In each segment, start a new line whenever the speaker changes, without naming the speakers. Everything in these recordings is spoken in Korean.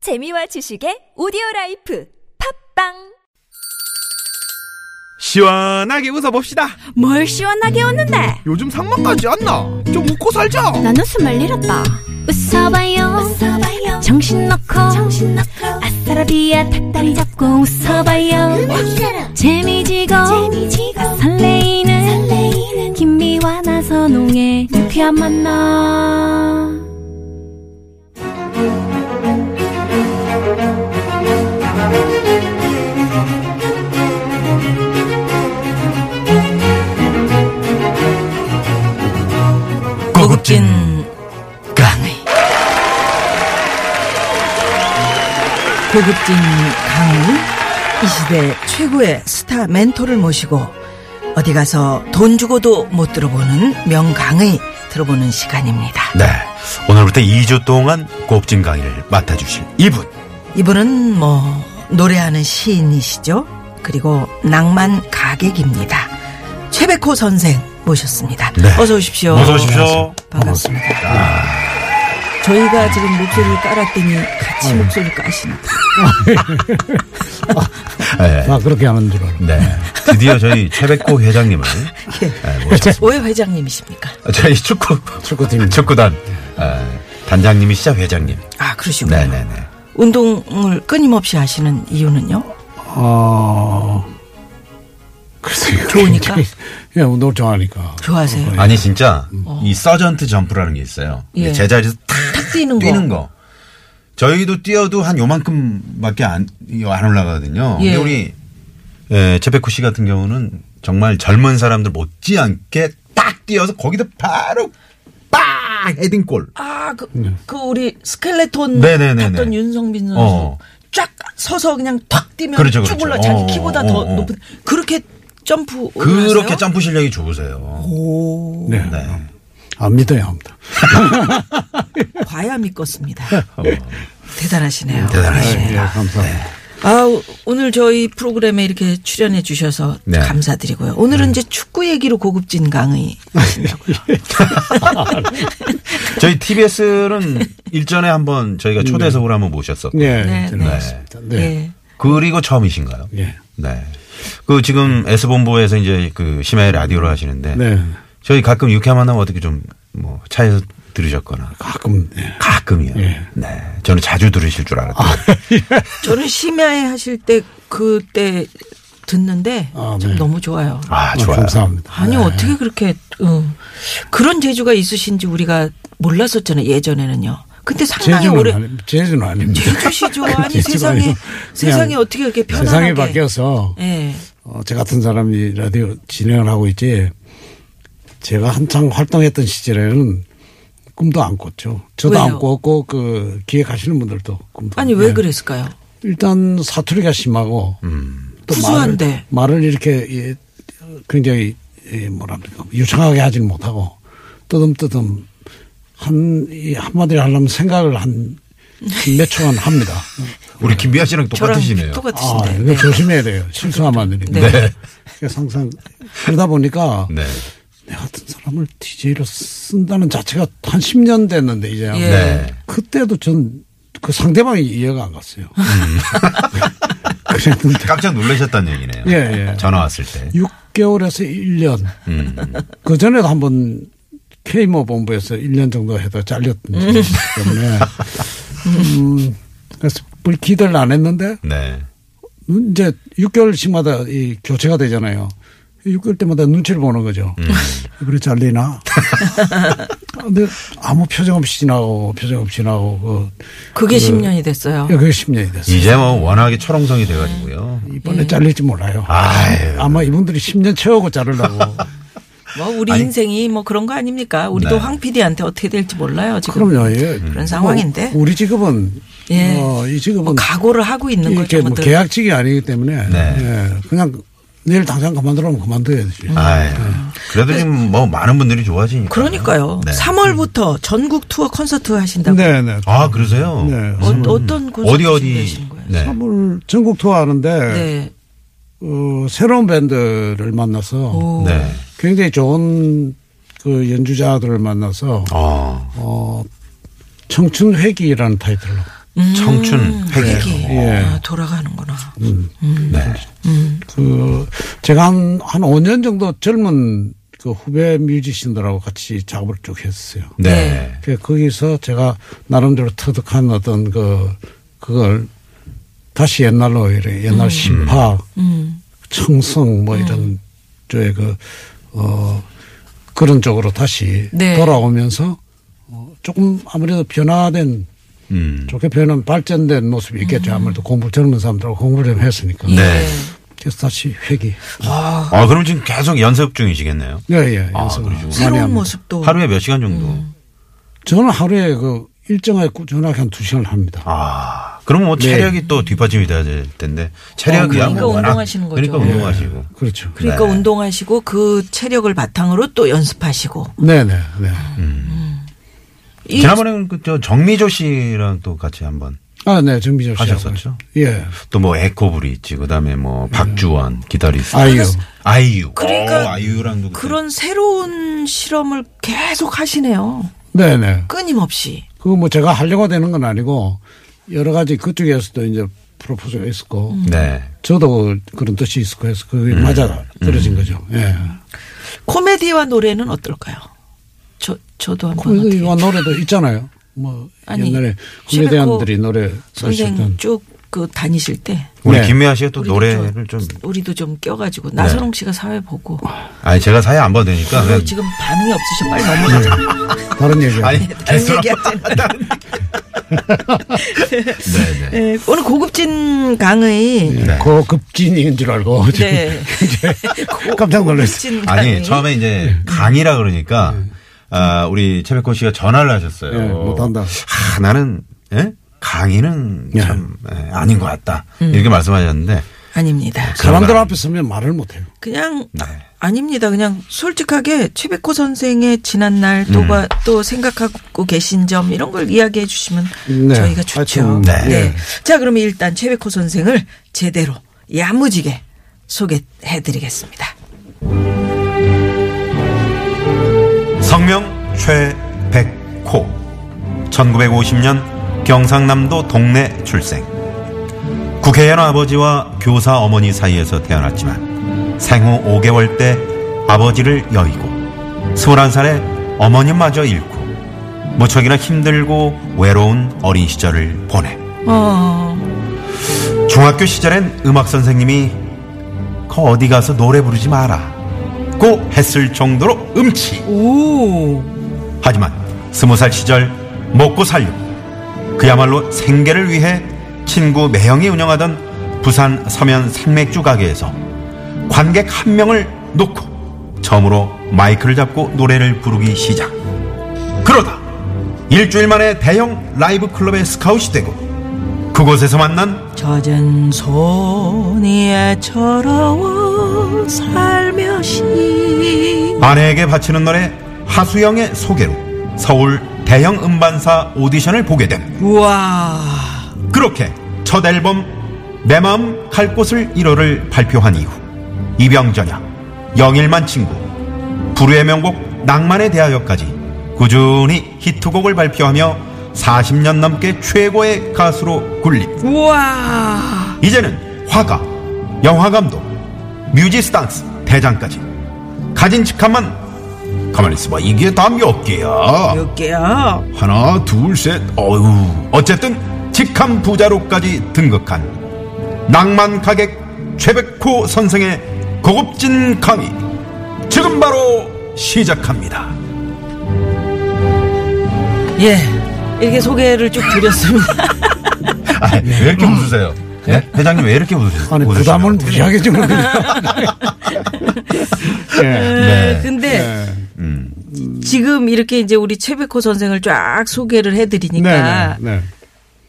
재미와 지식의 오디오 라이프 팝빵
시원하게 웃어봅시다.
뭘 시원하게 웃는데
요즘 상만까지 안 나. 좀 웃고 살자.
난 웃음을 잃었다 웃어봐요, 정신 놓고 아싸라비아 닭다리 잡고 웃어봐요 재미지고, 설레이는, 김미와 나선홍의 유쾌한 만남
고급진 강의 고급진 강의 이 시대 최고의 스타 멘토를 모시고 어디 가서 돈 주고도 못 들어보는 명강의 들어보는 시간입니다.
네. 오늘부터 2주 동안 곱진 강의를 맡아주실 이분.
이분은 뭐 노래하는 시인이시죠. 그리고 낭만 가객입니다. 최백호 선생 모셨습니다.
네.
어서 오십시오.
어서 오십시오.
반갑습니다. 저희가 지금 목소리를 깔았더니 같이
음.
목소리를 까시는.
네.
아 그렇게 하는 줄 알고
네. 드디어 저희 최백호 회장님을
예.
네, 모셨습니다.
왜 회장님이십니까?
저희 축구
축구팀
축구단 어, 단장님이시자 회장님.
아 그러시군요.
네네네.
운동을 끊임없이 하시는 이유는요?
어 글쎄요
좋으니까?
예 운동 좋아하니까
좋아하세요?
아니 진짜
음.
이 서전트 점프라는 게 있어요.
예.
제자리에서 탁
탁 뛰는 거.
뛰는 거. 저희도 뛰어도 한 요만큼밖에 안, 이거 안 올라가거든요.
예.
근데 우리 예, 최백호 씨 같은 경우는 정말 젊은 사람들 못지않게 딱 뛰어서 거기다 바로 빡 헤딩골.
아그 그 우리 스켈레톤
네. 네네네네.
봤던 윤성빈 선수
어.
쫙 서서 그냥 탁 뛰면
그렇죠,
쭉
그렇죠.
올라 자기
어,
키보다
어,
더
어.
높은 그렇게 점프
그렇게
하세요?
점프 실력이 좋으세요.
오
네.
네.
안 믿어야 합니다
과야 믿겠습니다. 대단하시네요.
어. 대단하십니다.
예, 감사합니다
아 오늘 저희 프로그램에 이렇게 출연해 주셔서
네.
감사드리고요.
음.
오늘은 이제 축구 얘기로 고급진 강의 하신다고요.
저희 TBS는 일전에 한번 저희가 초대석으로 한번 모셨었고
예
네,
잘
네.
나왔습니다 네
예.
그리고 처음이신가요?
예.
네. 그 지금 S본부에서 이제 그 심야의 라디오를 하시는데
네.
저희 가끔 유쾌한 만남 어떻게 좀 뭐 차에서 들으셨거나
가끔 예.
가끔이요.
예. 아, 네.
네. 저는 자주 들으실 줄 알았더니
저는 심야에 하실 때 그때 듣는데
아,
참
네.
너무 좋아요.
아,
아,
좋아요.
감사합니다
아니 어떻게 그렇게 어, 그런 재주가 있으신지 우리가 몰랐었잖아요 예전에는요. 근데 상당히
제주는
오래
아니 제주는 아닙니다
재주시죠. 아니
제주가
세상에
아니고
세상이
그냥
어떻게 이렇게 편안하게
세상이 바뀌어서
예.
어, 저 같은 사람이 라디오 진행을 하고 있지 제가 한창 활동했던 시절에는 꿈도 안 꿨죠 저도
왜요?
안 꿨고 그 기획하시는 분들도 꿈도
아니
안
왜
꿨어요.
그랬을까요?
일단 사투리가 심하고
음.
또
구수한데.
말을, 말을 이렇게 예, 굉장히 예, 뭐랄까 유창하게 하지는 못하고 뜨듬뜨듬 한 이 한마디를 하려면 생각을 한 몇 초간 합니다. 네.
우리 김미아 씨랑
저랑
똑같으시네요.
아,
똑같으신데.
이거
네.
조심해야 돼요. 실수하면 안 됩니다.
네.
네.
그래서 항상 그러다 보니까
네.
내 같은 사람을 DJ로 쓴다는 자체가 한 10년 됐는데 이제
예.
네.
그때도 전 그 상대방이 이해가 안 갔어요. 그랬는데
음. 깜짝 놀라셨다는 얘기네요.
예, 예.
전화 왔을 때.
6개월에서 1년.
음.
그 전에도 한번 케이모 본부에서 1년 정도 해도 잘렸던 적이 있기 때문에. 음, 그래서 뭘 기대를 안 했는데
네.
눈- 이제 6개월씩마다 이 교체가 되잖아요. 6개월 때마다 눈치를 보는 거죠. 그래 잘리나? 근데 아무 표정 없이 지나고 표정 없이 지나고 그
그게 10년이 됐어요.
그게 10년이 됐어요.
이제 뭐 워낙에 초롱성이 돼가지고요.
이번에 잘릴지 몰라요.
아유. 예.
아마 이분들이 10년 채우고 자르려고
뭐 우리 인생이 뭐 그런 거 아닙니까? 우리도
네.
황 PD한테 어떻게 될지 몰라요 지금.
그럼요. 예.
그런 상황인데.
뭐 우리 직업은
예.
어, 이 직업은
뭐 각오를 하고 있는
이렇게
거죠.
뭐
뭐든.
계약직이 아니기 때문에
네.
예. 그냥 내일 당장 그만두라면 그만둬야지.
아유. 그래도 지금 뭐 많은 분들이 좋아하시니까.
그러니까요.
네.
3월부터 전국 투어 콘서트 하신다고.
음. 네, 네.
아, 그러세요?
네.
어, 어떤 콘서트
어디
준비하시는
어디.
거예요?
네.
삼월 전국 투어하는데
네.
어, 새로운 밴드를 만나서
오.
네.
굉장히 좋은 그 연주자들을 만나서
어.
어, 청춘 회기라는 타이틀로
청춘 회귀.
음, 회기.
예. 음.
아, 돌아가는구나.
네.
그 제가 한, 한 5년 정도 젊은 그 후배 뮤지션들하고 같이 작업을 쭉 했어요.
네.
그 거기서 제가 나름대로 터득한 어떤 그 그걸 다시 옛날로 이래
음.
옛날 시파
음.
청성 뭐 이런 쪽에 그어 그런 쪽으로 다시
네.
돌아오면서 어, 조금 아무래도 변화된
음.
좋게 표현하면 발전된 모습이 있겠죠
음.
아무래도 공부 젊은 사람들하고 공부를 좀 했으니까
예.
네.
그래서 다시 회기
아, 그럼 지금 계속 연습 중이시겠네요.
예예
아,
연습을
그러시구나.
많이
새로운
합니다.
모습도.
하루에 몇 시간 정도?
저는 하루에 그 일정하게 꾸준하게 한 두 시간 합니다.
아, 그러면 뭐 체력이 또 뒷받침이 돼야 될 텐데. 체력이야.
어, 그러니까
뭐 워낙-
운동하시는 거죠.
그러니까 운동하시고.
그렇죠.
그러니까
네.
운동하시고 그 체력을 바탕으로 또 연습하시고.
네네 네.
이-
지난번에는 그저 정미조 씨랑 또 같이 한번
아, 네, 정비조 씨.
하셨었죠?
예.
또 뭐 에코브릿지 그다음에 뭐 박주원 기타리스트
아이유.
아이유
그러니까
오, 아이유랑도 그때.
그런 새로운 실험을 계속 하시네요.
네네.
끊임없이.
그거 뭐 제가 하려고 되는 건 아니고 여러 가지 그쪽에서도 이제 프로포즈가 있었고
음.
네
저도 그런 뜻이 있었고 해서 그게
음.
맞아 떨어진 거죠. 예.
코미디와 노래는 어떨까요? 저, 저도 한번.
그래서
어떻게-
뭐 이거 노래도 있잖아요. 뭐
아니,
옛날에
시베코
군대대원들이 노래
선생
썼던
쭉 그 다니실 때.
우리
네.
김미아 씨가 또
우리도
노래를 좀
우리도 좀 껴가지고 나선홍 씨가 사회 보고
아니 제가 사회 안 봐도 되니까 그냥
지금 반응이 없으셔 빨리 넘어가자.
다른 얘기.
아니
다른
알았어.
얘기하지
네, 네.
예, 오늘 고급진 강의.
예. 고급진인 줄 알고
네.
깜짝 놀랐어요.
고급진 강의.
아니 처음에
네.
이제 강의라 그러니까 아, 우리 최백호 씨가 전화를 하셨어요.
예, 네. 못한다. 네.
아, 나는 예? 강의는 참 예, 아닌 것 같다 이렇게 말씀하셨는데
아닙니다.
음. 사람들 앞에 서면 말을 못해요.
그냥
네.
아닙니다. 그냥 솔직하게 최백호 선생의 지난날
음.
또, 봐- 또 생각하고 계신 점 이런 걸 이야기해 주시면
네.
저희가 아, 좋죠.
하여튼,
네.
자, 그러면 일단 최백호 선생을 제대로 야무지게 소개해 드리겠습니다.
성명 최백호 1950년 경상남도 동래 출생 국회의원 아버지와 교사 어머니 사이에서 태어났지만 생후 5개월 때 아버지를 여의고 21살에 어머님마저 잃고 무척이나 힘들고 외로운 어린 시절을 보내
어,
중학교 시절엔 음악 선생님이 거 어디 가서 노래 부르지 마라 고 했을 정도로 음치
오,
하지만 스무 살 시절 먹고 살려고 그야말로 생계를 위해 친구 매형이 운영하던 부산 서면 생맥주 가게에서 관객 한 명을 놓고 처음으로 마이크를 잡고 노래를 부르기 시작. 그러다 일주일 만에 대형 라이브 클럽에 스카웃이 되고 그곳에서 만난
젖은 손이에 철러워 살며시
아내에게 바치는 노래 하수영의 소개로 서울 대형 음반사 오디션을 보게 된
우와.
그렇게 첫 앨범 내 마음 갈 곳을 1호를 발표한 이후 이병전야 영일만 친구 불후의 명곡 낭만에 대하여까지 꾸준히 히트곡을 발표하며 40년 넘게 최고의 가수로 군림
우와.
이제는 화가 영화감독 뮤지스탄스 대장까지 가진 직함만 가만히 있어봐 이게 다 몇 개야
몇 개야?
하나 둘 셋 어휴 어쨌든 직함 부자로까지 등극한 낭만 가객 최백호 선생의 고급진 강의 지금 바로 시작합니다
예. 이렇게 소개를 쭉 드렸습니다.
아, 왜 이렇게 웃으세요? 예? 회장님 왜 이렇게 웃으세요?
네. 음. 아니 부담을 무지하게 주는 거죠. 예.
네.
근데 지금 이렇게 이제 우리 최백호 선생을 쫙 소개를 해드리니까
네, 네, 네.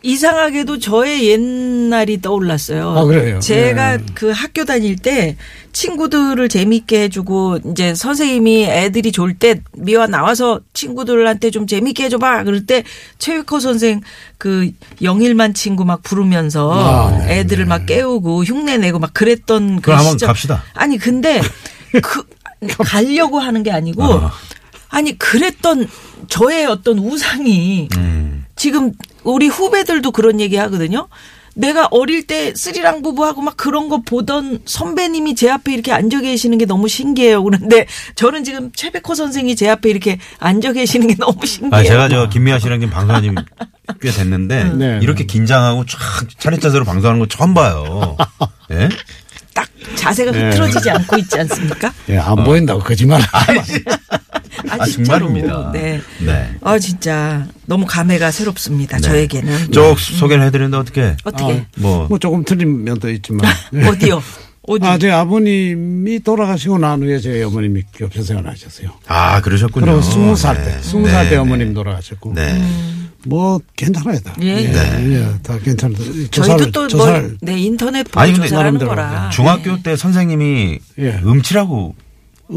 이상하게도 저의 옛날이 떠올랐어요.
아, 그래요?
제가
네.
그 학교 다닐 때 친구들을 재밌게 해주고 이제 선생님이 애들이 졸 때 미화 나와서 친구들한테 좀 재밌게 해줘봐. 그럴 때 최백호 선생 그 영일만 친구 막 부르면서 애들을 막 깨우고 흉내 내고 막 그랬던 그
그럼 한번
시절.
갑시다.
아니 근데 그 가려고 하는 게 아니고
음.
아니 그랬던 저의 어떤 우상이 지금 우리 후배들도 그런 얘기 하거든요. 내가 어릴 때 스리랑 부부하고 막 그런 거 보던 선배님이 제 앞에 이렇게 앉아 계시는 게 너무 신기해요. 그런데 저는 지금 최백호 선생이 제 앞에 이렇게 앉아 계시는 게 너무 신기해요.
아, 제가 저 김미아 씨랑 지금 방송한 지꽤 됐는데
네.
이렇게 긴장하고 쫙 차렷 자세로 방송하는 거 처음 봐요. 예?
딱 자세가
네.
흐트러지지 않고 있지 않습니까?
예, 안
어.
보인다고 거짓말.
아, 정말입니다.
네.
네.
아 진짜 너무 감회가 새롭습니다. 저에게는
쭉 소개를 해드리는데 어떻게?
어떻게
뭐
뭐 조금 틀린 면도 있지만.
아, 네.
어디요? 어디?
아, 제 아버님이 돌아가시고 난 후에 저희 어머님이 교편 생활하셨어요.
아, 그러셨군요.
그리고 스무 살 때,
네.
스무 살
네,
때
네.
어머님 돌아가셨고.
네.
음,
뭐 괜찮아요 다.
예, 예.
예, 다 괜찮아요.
저희도
조사를- 조사를-
또뭐네 인터넷 보고
아니, 근데
조사하는
나름대로
거라. 네.
중학교 때 선생님이
예.
음치라고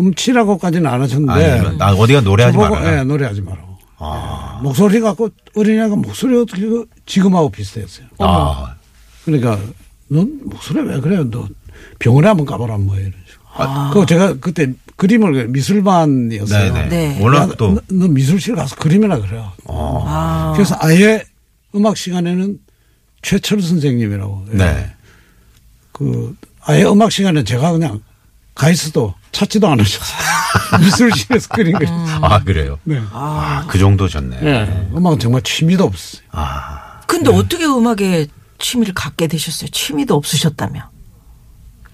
음치라고까지는 안
아니,
하셨는데.
나 어디가 노래하지 아.
저보고,
말아라.
예, 노래하지 말라고. 예, 목소리 갖고 어린애가 목소리 어떻게 그 지금하고 비슷했어요.
아,
그러니까 넌 목소리 왜 그래? 너 병원에 한번 가봐라 뭐 이런 식으로. 그 제가 그때 그림을 그려요. 미술반이었어요.
아. 네네.
네.
워낙
야,
또
너, 너 미술실 가서 그림이나 그래요.
아.
그래서 아예 음악 시간에는 최철 선생님이라고. 예.
네.
그 아예 음악 시간에 제가 그냥 가 있어도 찾지도 않으셨어요. 미술실에서 그린 거.
아 그래요.
네.
아, 그 정도셨네.
예. 음악은 정말 취미도 없어요.
아,
근데
네.
어떻게 음악에 취미를 갖게 되셨어요? 취미도 없으셨다며.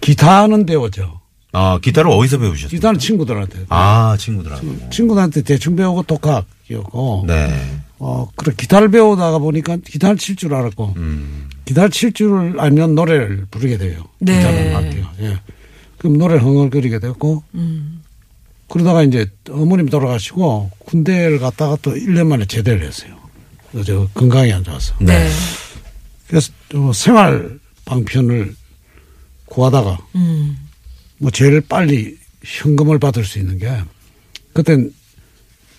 기타는 배우죠.
아 기타를 어디서 배우셨어요?
기타는 친구들한테.
아 친구들하고.
친구들한테 대충 배우고 독학이었고.
네.
어, 그래 기타를 배우다가 보니까 기타를 칠 줄 알았고.
음.
기타를 칠 줄 알면 노래를 부르게 돼요.
네.
기타는 악기요. 예. 그럼 노래를 흥얼거리게 됐고. 그러다가 이제 어머님 돌아가시고 군대를 갔다가 또 1년 만에 제대를 했어요. 그래서 저 건강이 안 좋아서.
네.
그래서 저 생활 방편을 구하다가
음.
뭐 제일 빨리 현금을 받을 수 있는 게 그땐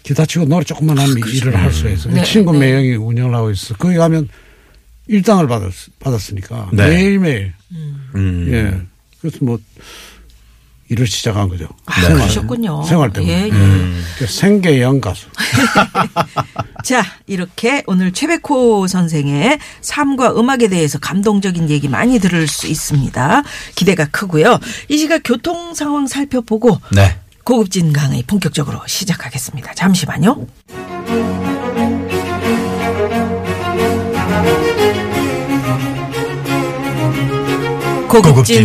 기타 치고 노래 조금만 하면
그렇죠.
일을 할 수 있어요. 그
네,
친구
네.
매형이 운영을 하고 있어. 거기 가면 일당을 받았, 받았으니까
네.
매일매일
음.
예. 그래서 뭐 일을 시작한 거죠.
아, 그러셨군요.
네. 생활 때문에. 음.
예, 예.
그래서 생계형 가수.
자, 이렇게 오늘 최백호 선생의 삶과 음악에 대해서 감동적인 얘기 많이 들을 수 있습니다. 기대가 크고요. 이 시각 교통 상황 살펴보고
네.
고급진 강의 본격적으로 시작하겠습니다. 잠시만요. 고급진,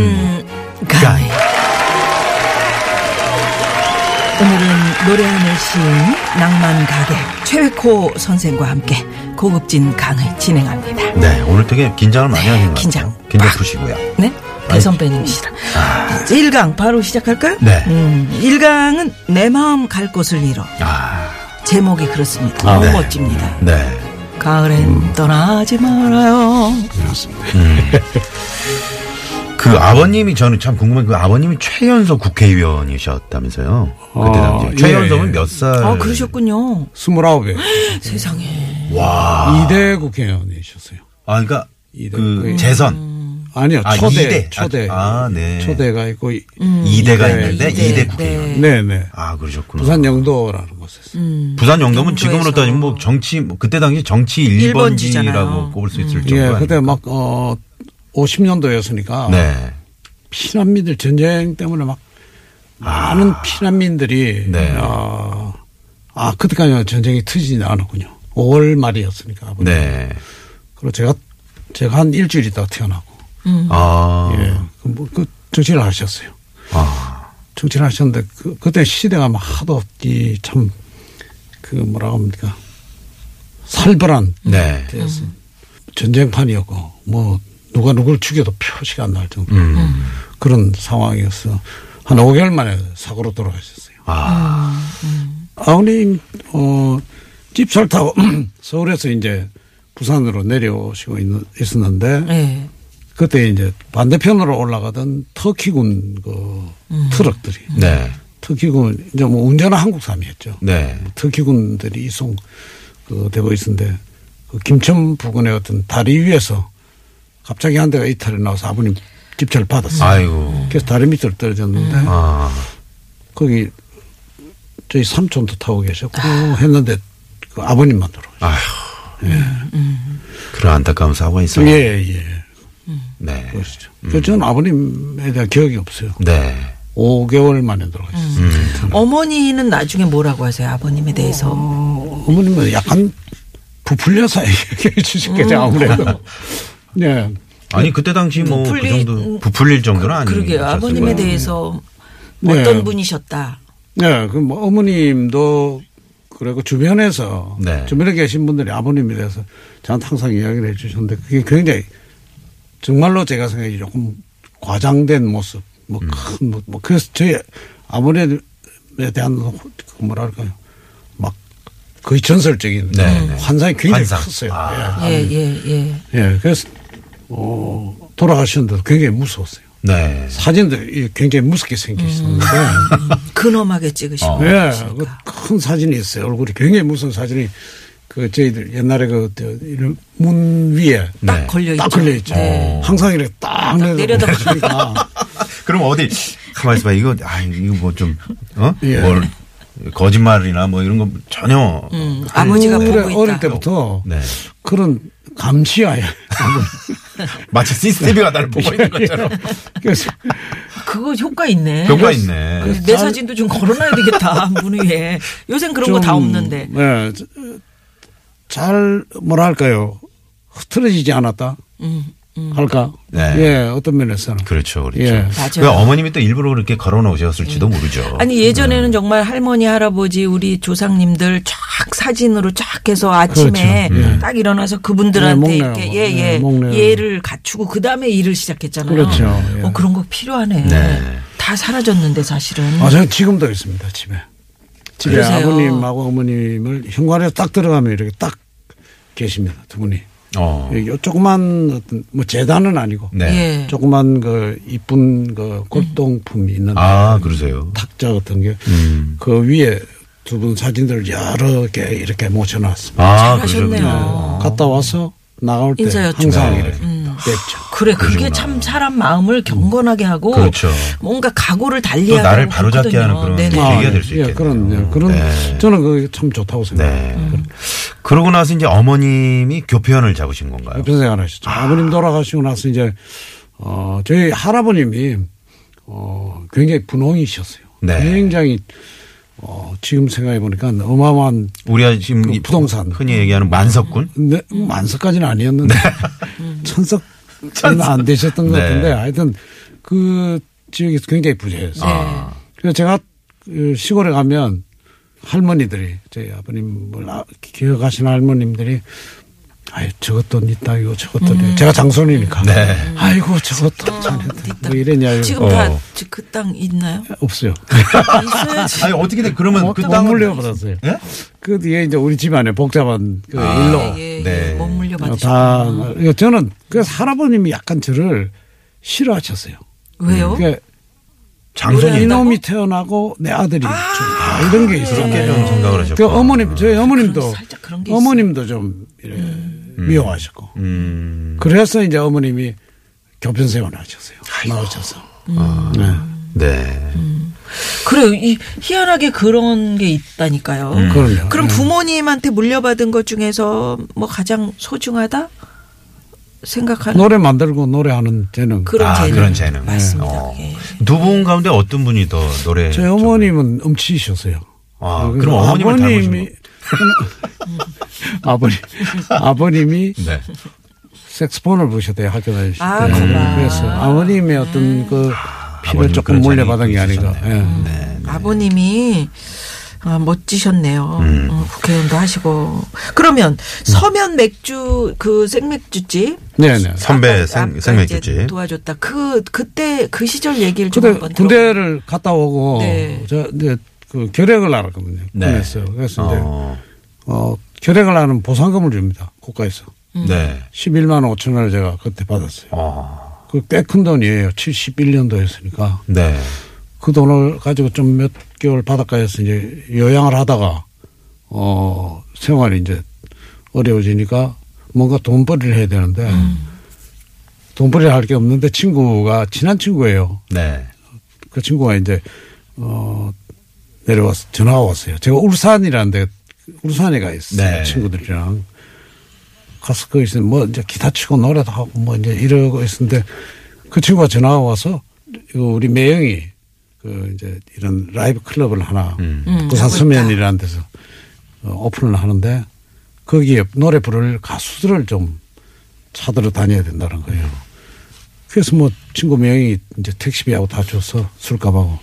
강의. 오늘은 노래하는 시인 낭만 가게 최백호 선생과 함께 고급진 강의 진행합니다.
네. 오늘 되게 긴장을 많이 하신 것 같아요.
긴장.
긴장
빡.
푸시고요.
네? 아. 대선배님이시라. 이제 1강 바로 시작할까요?
네.
음, 1강은 내 마음 갈 곳을 잃어.
아.
제목이 그렇습니다. 너무
네.
멋집니다.
네.
가을엔 떠나지 말아요.
그 아버님이 저는 참 궁금한 그 아버님이 최연소 국회의원이셨다면서요. 그때
아,
당시에.
예,
최연소는
예.
몇 살?
아, 그러셨군요.
스물아홉에
세상에.
와.
이대 국회의원이셨어요.
아, 그러니까 아.
이대
그
국회의원.
재선
아니요.
아,
초대.
이대.
초대.
아, 네.
초대가 있고 이-
이대가
네,
있는데
이대.
이대 국회의원.
네.
네네.
아, 그러셨구나.
부산 영도라는 곳에서.
음.
음.
부산 영동은 지금으로
영도에서.
따지면 뭐 정치 뭐 그때 당시 정치
일번지잖아요. 음.
1번지라고 꼽을 수 있을 정도
예,
아닙니까?
그때 막, 어, 50년도였으니까.
네.
피난민들 전쟁 때문에 막 많은 피난민들이.
아. 네.
어, 아, 그때까지는 전쟁이 트지는 않았군요. 5월 말이었으니까.
네.
그리고 제가, 제가 한 일주일 있다가 태어나고.
음.
아.
예. 그, 뭐, 그, 정치를 하셨어요.
아.
정치를 하셨는데, 그, 그때 시대가 막 하도 이 참, 그 뭐라 합니까. 살벌한
네.
때였어요. 전쟁판이었고 뭐 누가 누굴 죽여도 표시가 안 날 정도
음.
그런 상황이어서 한 5개월 만에 사고로 돌아가셨어요.
아.
아버님 어, 집차를 타고 서울에서 이제 부산으로 내려오시고 있는, 있었는데
네.
예.
그때 이제 반대편으로 올라가던 터키군 그
음.
트럭들이
네.
터키군 이제 뭐 운전은 한국 사람이었죠.
네.
터키군들이 이송 그 되고 있는데 그 김천 부근의 어떤 다리 위에서 갑자기 한 대가 이탈해 나와서 아버님 집차를 받았어요.
아이고.
그래서 다리 밑으로 떨어졌는데
아.
거기 저희 삼촌도 타고 계셨고 했는데 그 아버님만 들어.
아휴.
예.
그런 안타까운 사고가 있어요.
예, 예.
네.
그러시죠. 그래서 저는 아버님에 대한 기억이 없어요.
네. 음.
5개월 만에 돌아가셨어요.
어머니는 나중에 뭐라고 하세요? 아버님에 대해서.
어머님은 약간 부풀려서 얘기해 주셨겠죠, 아무래도. 네.
아니 그때 당시 뭐 그
부풀리-
정도 부풀릴 정도는 아니에요.
음. 그러게요. 아버님에 대해서
네.
어떤 분이셨다.
네, 그 뭐 어머님도 그리고 주변에서
네.
주변에 계신 분들이 아버님에 대해서 저한테 항상 이야기를 해 주셨는데 그게 굉장히 정말로 제가 생각이 조금 과장된 모습
음.
뭐 큰 뭐 그래서 저희 아버님에 대한 호- 그 뭐랄까요 막 거의 전설적인
네, 네.
환상이 굉장히
환상.
컸어요.
아.
예, 예, 예.
예. 예, 그래서 어, 돌아가셨는데 굉장히 무서웠어요.
네.
사진도 이- 굉장히 무섭게 생기셨는데.
근엄하게 찍으시고.
어.
예, 그큰 사진이 있어요. 얼굴이 굉장히 무서운 사진이 그 저희들 옛날에 그문 위에
딱
네.
걸려있죠.
딱 걸려 있죠.
네.
항상 이렇게 딱
내려다
보니까
그럼 어디 가만 있어봐 이거 아 이거 뭐좀어뭘
예.
거짓말이나 뭐 이런 거 전혀
음, 아버지가 보고 있다.
어릴 때부터
네
그런 감시하에
마치 CCTV가 나를 보고 있는
예.
것처럼
그래서
그거 효과 있네.
효과 있네.
내 사진도 좀 걸어놔야 되겠다 문 위에. 요새 그런 거 다
좀,
없는데.
예, 저, 잘 뭐랄까요 흐트러지지 않았다
음.
할까.
네.
예, 어떤 면에서는
그렇죠, 그렇죠.
예.
맞아요. 음.
왜 어머님이 또 일부러 그렇게 걸어놓으셨을지도 모르죠.
아니 예전에는 정말 할머니 할아버지 우리 조상님들 쫙 사진으로 쫙 해서 아침에
그렇죠. 예.
딱 일어나서 그분들한테
네, 목례하고.
이렇게 예예
네, 목례하고.
예를 갖추고 그 다음에 일을 시작했잖아요.
그렇죠. 예.
어, 그런 거 필요하네.
네.
다 사라졌는데 사실은.
아, 저는 지금도 있습니다, 집에. 집에
그러세요?
아버님하고 어머님을 현관에 딱 들어가면 이렇게 딱 계십니다, 두 분이.
어.
이 조그만 어떤, 뭐 재단은 아니고.
네.
예.
조그만 그 이쁜 그 골동품이 있는데.
아 그러세요.
탁자 같은 게.
음.
그 위에 두 분 사진들을 여러 개 이렇게 모셔놨습니다.
아
잘하셨네요.
그러셨군요. 어.
갔다 와서 나올 때
인사였죠. 음.
항상
네.
이렇게 뵙죠.
그래 그게
그러시구나.
참 사람 마음을 경건하게 하고
그렇죠.
뭔가 각오를 달리하고
또 나를 바로잡게 하는 그런
네네.
계기가
예,
될 수 있겠네요.
그런, 예, 그런,
네.
저는 그게 참 좋다고 생각합니다.
네. 그러고 나서 이제 어머님이 교편을 잡으신 건가요?
옆에서 생활하셨죠. 아버님 돌아가시고 나서 이제 어 저희 할아버님이 어 굉장히 분홍이셨어요.
네.
굉장히 어 지금 생각해 보니까 어마어마한
우리가 지금
그
이
부동산.
흔히 얘기하는 만석군.
네, 만석까지는 아니었는데 천석 안 되셨던 것
네.
같은데 하여튼 그 지역이 굉장히 부재했어요.
아.
그래서 제가 그 시골에 가면 할머니들이 저희 아버님을 아- 기억하시는 할머님들이 아유 저것도 니 땅이고 저것도
음.
니 제가 장손이니까
네.
아이고 저것도 자네들 뭐 이러냐 이거.
지금
어.
다그땅 있나요?
없어요.
있어야지.
아니 어떻게 돼? 그러면
어,
그
못
땅을
물려받았어요.
예?
그 뒤에 이제 우리 집안에 복잡한 그
아.
일로
예, 예.
네.
못 물려
다
받으셨구나.
이거 저는 그래서 할아버님이 약간 저를 싫어하셨어요.
왜요?
음,
그러니까
장손이
노래한다고?
이놈이 태어나고 내 아들이 죽는다 이런 게 있어요.
그렇게 좀 생각을 음. 하셨고.
그 어머님 저희 어머님도
살짝 그런 게 있어요.
어머님도 좀 이래 미워하셨고
음.
그래서 이제 어머님이 교편 세원하셨어요. 나오셔서 네.
네.
그래요. 이 희한하게 그런 게 있다니까요.
그럼요.
그럼
네.
부모님한테 물려받은 것 중에서 뭐 가장 소중하다 생각하는
노래 만들고 노래하는 뭐? 재능.
그런
아,
재능.
그런 재능.
맞습니다.
어.
예.
두 분 가운데 어떤 분이 더 노래?
저희 어머님은 음치셨어요.
아, 그럼 어머님을 닮으신 거.
아버님 아버님이
네.
색스폰을 부르셨대요 학교 다닐 때. 네,
아, 그만.
그래서 아버님의 어떤 그 피를
아버님
조금
그런
물려받은 게
자리도
아닌가. 예.
있으셨네요. 네.
아버님이 아, 멋지셨네요. 어, 국회의원도 하시고. 그러면 서면 맥주 그 생맥주집
네, 네.
선배
아까-
생,
아까 이제
생맥주집.
도와줬다. 그 그때 그 시절 얘기를 좀
그때
한번 들어.
군대를 갔다 오고
네.
저 이제 그 결핵을 앓았거든요.
네.
그랬어요. 그래서 이제
어.
어 결핵을 앓는 보상금을 줍니다. 국가에서.
네.
11만 5천 원을 제가 그때 받았어요.
어.
그 꽤 큰 돈이에요. 71년도였으니까.
네.
그 돈을 가지고 좀 몇 개월 바닷가에서 이제 요양을 하다가 어 생활이 이제 어려워지니까 뭔가 돈벌이를 해야 되는데
음.
돈벌이를 할 게 없는데 친구가 친한 친구예요.
네.
그 친구가 이제 어 내려와서 전화가 왔어요. 제가 울산이라는데 울산에 가 있어요.
네.
친구들이랑 가서 거기 있으뭐 이제 기타 치고 노래도 하고 뭐 이제 이러고 있었는데 그 친구가 전화가 와서 이거 우리 매영이 그 이제 이런 라이브 클럽을 하나 부산 서면이라는 데서 어, 오픈을 하는데 거기에 노래 부를 가수들을 좀 찾으러 다녀야 된다는 거예요. 그래서 뭐 친구 명이 이제 택시비하고 다 줘서 술값하고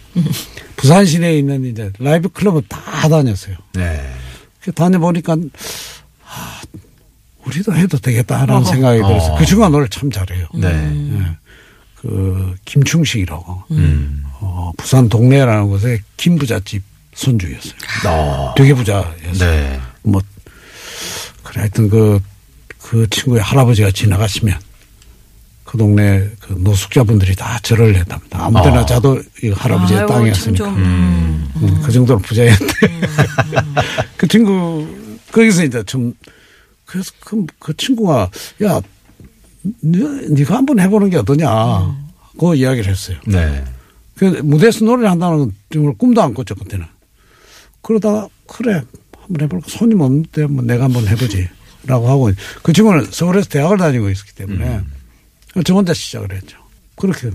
부산 시내에 있는 이제 라이브 클럽을 다 다녔어요.
네.
그 다녀보니까 아, 우리도 해도 되겠다라는 생각이 들어서
어.
그 친구가 노래 참 잘해요.
네.
예. 그 김충식이라고
음.
어, 부산 동네라는 곳에 김부잣집 손주였어요.
어.
되게 부자였어요.
네.
뭐 그래 하여튼 그, 그 친구의 할아버지가 지나가시면 그 동네 그 노숙자분들이 다 절을 했답니다. 아무 데나
어.
자도 이 할아버지의
아이고,
땅이었으니까.
참 좀, 음.
음, 그 정도로 부자였는데. 그 친구, 거기서 이제 좀, 그래서 그, 그 친구가, 야, 너- 네가 한번 해보는 게 어떠냐. 그 이야기를 했어요.
네.
그 무대에서 노래를 한다는 건 정말 꿈도 안 꿨죠, 그때는. 그러다가, 그래, 한번 해볼까. 손님 없는데 뭐 내가 한번 해보지. 라고 하고, 그 친구는 서울에서 대학을 다니고 있었기 때문에, 저 혼자 시작을 했죠. 그렇게.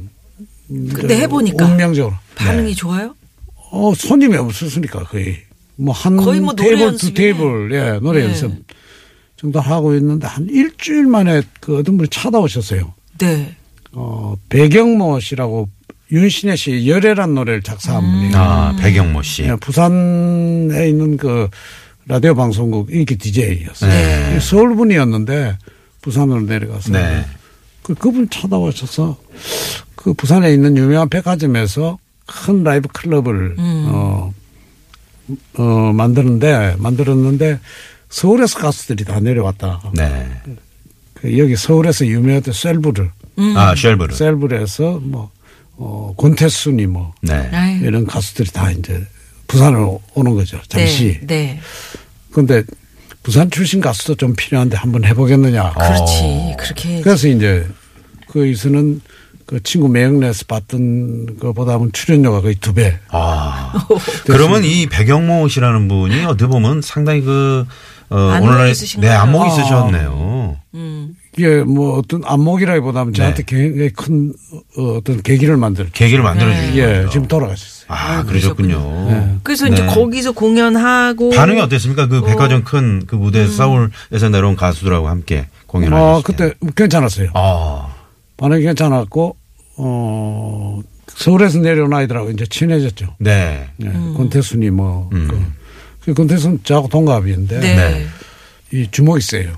근데 해보니까.
운명적으로.
반응이 좋아요?
어, 손님이 없었으니까 거의. 뭐 한
거의 뭐 노래
테이블 두
연습이네.
테이블 예, 노래
네.
연습 정도 하고 있는데 한 일주일 만에 그 어떤 분이 찾아오셨어요.
네.
어, 배경모 씨라고 윤신혜 씨의 열애란 노래를 작사한
음.
분이에요.
아, 배경모 씨.
예, 부산에 있는 그 라디오 방송국 인기 DJ였어요.
네.
서울 분이었는데 부산으로 내려가서
네.
그 그분 찾아오셔서 그 부산에 있는 유명한 백화점에서 큰 라이브 클럽을 어, 어 만드는데 만들었는데 서울에서 가수들이 다 내려왔다.
네.
그 여기 서울에서 유명했던 셀브를
음.
아, 쉘브르.
셀브에서 뭐 어, 권태순이 뭐
네.
아유.
이런 가수들이 다 이제 부산으로 오는 거죠. 잠시.
네. 네.
그런데 부산 출신 가수도 좀 필요한데 한번 해보겠느냐.
아,
어.
그렇지. 그렇게 해야지.
그래서 이제 그 이수는 그 친구 매형네에서 받던 것보다는 출연료가 거의 두 배.
아. 그러면 이 배경모 씨라는 분이 어떻게 보면 상당히 그, 어,
안목이
오늘날,
있으신가요? 어.
네, 안목이
아.
있으셨네요.
이게 뭐 어떤 안목이라기보다는
네.
저한테 굉장히 큰 어, 어떤 계기를 만들.
계기를
네.
만들어주신
예,
거죠.
지금 돌아가셨어요.
아, 그러셨군요.
그래서 이제
네.
거기서 공연하고
반응이 어땠습니까? 그 백화점 큰 그
음.
무대 서울에서 내려온 가수들하고 함께 공연하셨을
아, 그때 괜찮았어요.
아,
반응이 괜찮았고, 어, 서울에서 내려온 아이들하고 이제 친해졌죠.
네.
예, 권태순이 뭐.
음.
그, 그 권태순 저하고 동갑인데.
네.
네.
이 주먹이 세요.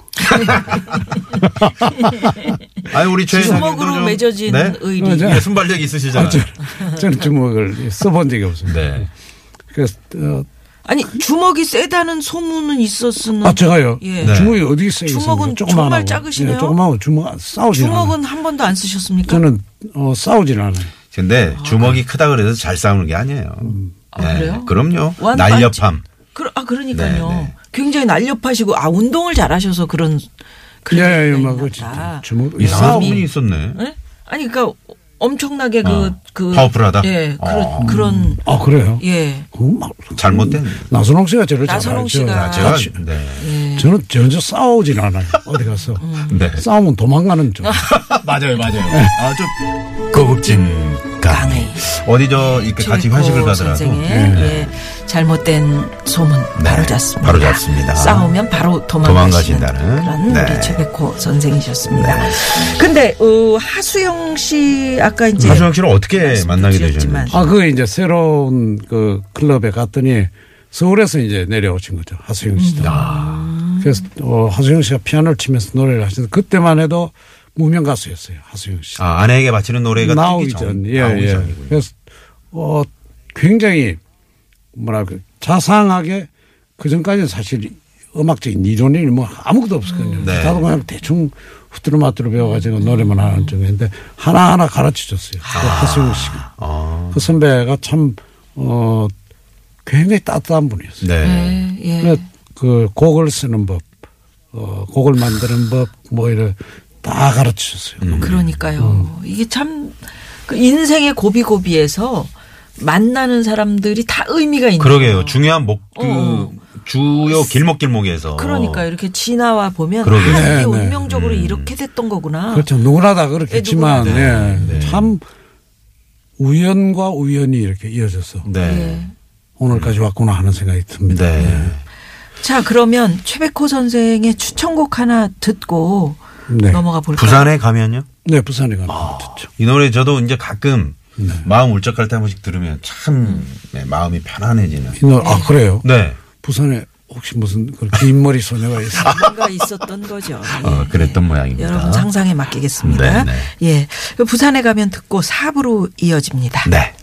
아니 우리 최
주먹으로
의원님도 좀-
맺어진
네?
의리.
맞아.
예, 순발력 있으시잖아요.
저는 주먹을 써본 적이 없습니다.
네.
그래서, 어,
아니 주먹이 세다는 소문은 있었으나
아, 제가요?
예.
네.
주먹이 어디 있어요? 뭐
주먹은
조그만하고.
정말 작으시네요.
예, 조그마하고 주먹, 싸우진 않아요.
주먹은 한 번도 안 쓰셨습니까?
저는, 어, 싸우진 않아요.
근데 주먹이 크다 그래서 잘 싸우는 게 아니에요. 예,
아, 그래요?
그럼요.
완-
날렵함.
그러, 아 그러니까요.
네, 네.
굉장히 날렵하시고 아 운동을 잘하셔서 그런
예,
그런
예,
얘기가
막,
있나
그,
보다.
진짜 주먹,
아,
이상한
싸움이.
분이 아, 있었네.
예? 아니 그러니까 엄청나게 그그
어, 파워풀하다?
예, 그,
어.
그런
아, 그래요?
예.
그거 막,
잘못된.
나선홍 씨가 저를 잘
나선홍
알죠.
씨가.
아, 제가
같이-
네.
예.
저는 전혀 싸우진 않아요. 어디 가서.
음.
네.
싸우면 도망가는 쪽.
맞아요, 맞아요. 아, 좀 고급진 강의. 어디 저 이렇게 그 같이
최고
회식을 가더라도 네.
선생의 예, 잘못된 소문 바로 잡습니다.
바로 잡습니다.
싸우면 바로 도망가시는
도망가신다는.
그런
네.
우리 최백호 선생이셨습니다. 근데 어, 하수영 씨 아까 이제
하수영 씨를 어떻게 만나게
예. 드렸지만.
되셨는지.
아, 그 이제 새로운 그 클럽에 갔더니 서울에서 이제 내려오신 거죠. 하수영
음.
씨도.
아.
그래서 어, 하수영 씨가 피아노를 치면서 노래를 하시는데 그때만 해도 무명 가수였어요. 하수영 씨.
아, 아내에게 바치는 노래가
나오기
뜨기
전.
전.
예,
나오기
예.
전이군요.
그래서 어, 굉장히 뭐랄까 자상하게 그 전까지는 사실 음악적인 이론이 뭐 아무것도 없었거든요.
네.
나도 그냥 대충 후뚜루마뚜루 배워가지고 노래만 하는 쪽인데 하나하나 가르쳐 줬어요. 그 하수영 씨가.
아,
그 선배가 참, 어, 굉장히 따뜻한 분이었어요.
네.
예.
그래, 그 곡을 쓰는 법, 어, 곡을 만드는 법, 뭐 이런 다 가르쳐 줬어요. 음.
그러니까요. 이게 참그 인생의 고비고비에서 만나는 사람들이 다 의미가 있는
그러게요. 중요한 목,
어,
그,
어.
주요 길목길목에서.
그러니까 이렇게 지나와 보면
그러게요. 음.
아, 이게
네, 네.
운명적으로 이렇게 됐던 거구나.
그렇죠. 누구나 다 그렇겠지만,
예,
예. 참, 우연과 우연이 이렇게 이어져서
예.
네.
오늘까지 왔구나 하는 생각이 듭니다.
네.
자 그러면 최백호 선생의 추천곡 하나 듣고
네.
넘어가 볼까요?
부산에 가면요?
네, 부산에 가는 거 좋죠.
이 노래 저도 이제 가끔 마음 울적할 때 한 번씩 들으면 참 네, 마음이 편안해지는.
이 노래, 아, 그래요?
네.
부산에 혹시 무슨 그 긴 머리 소녀가 있어요?
뭔가 있었던 거죠. 예.
어, 그랬던 모양입니다.
여러분 상상에 맡기겠습니다.
네,
예. 부산에 가면 듣고 4부로 이어집니다.
네.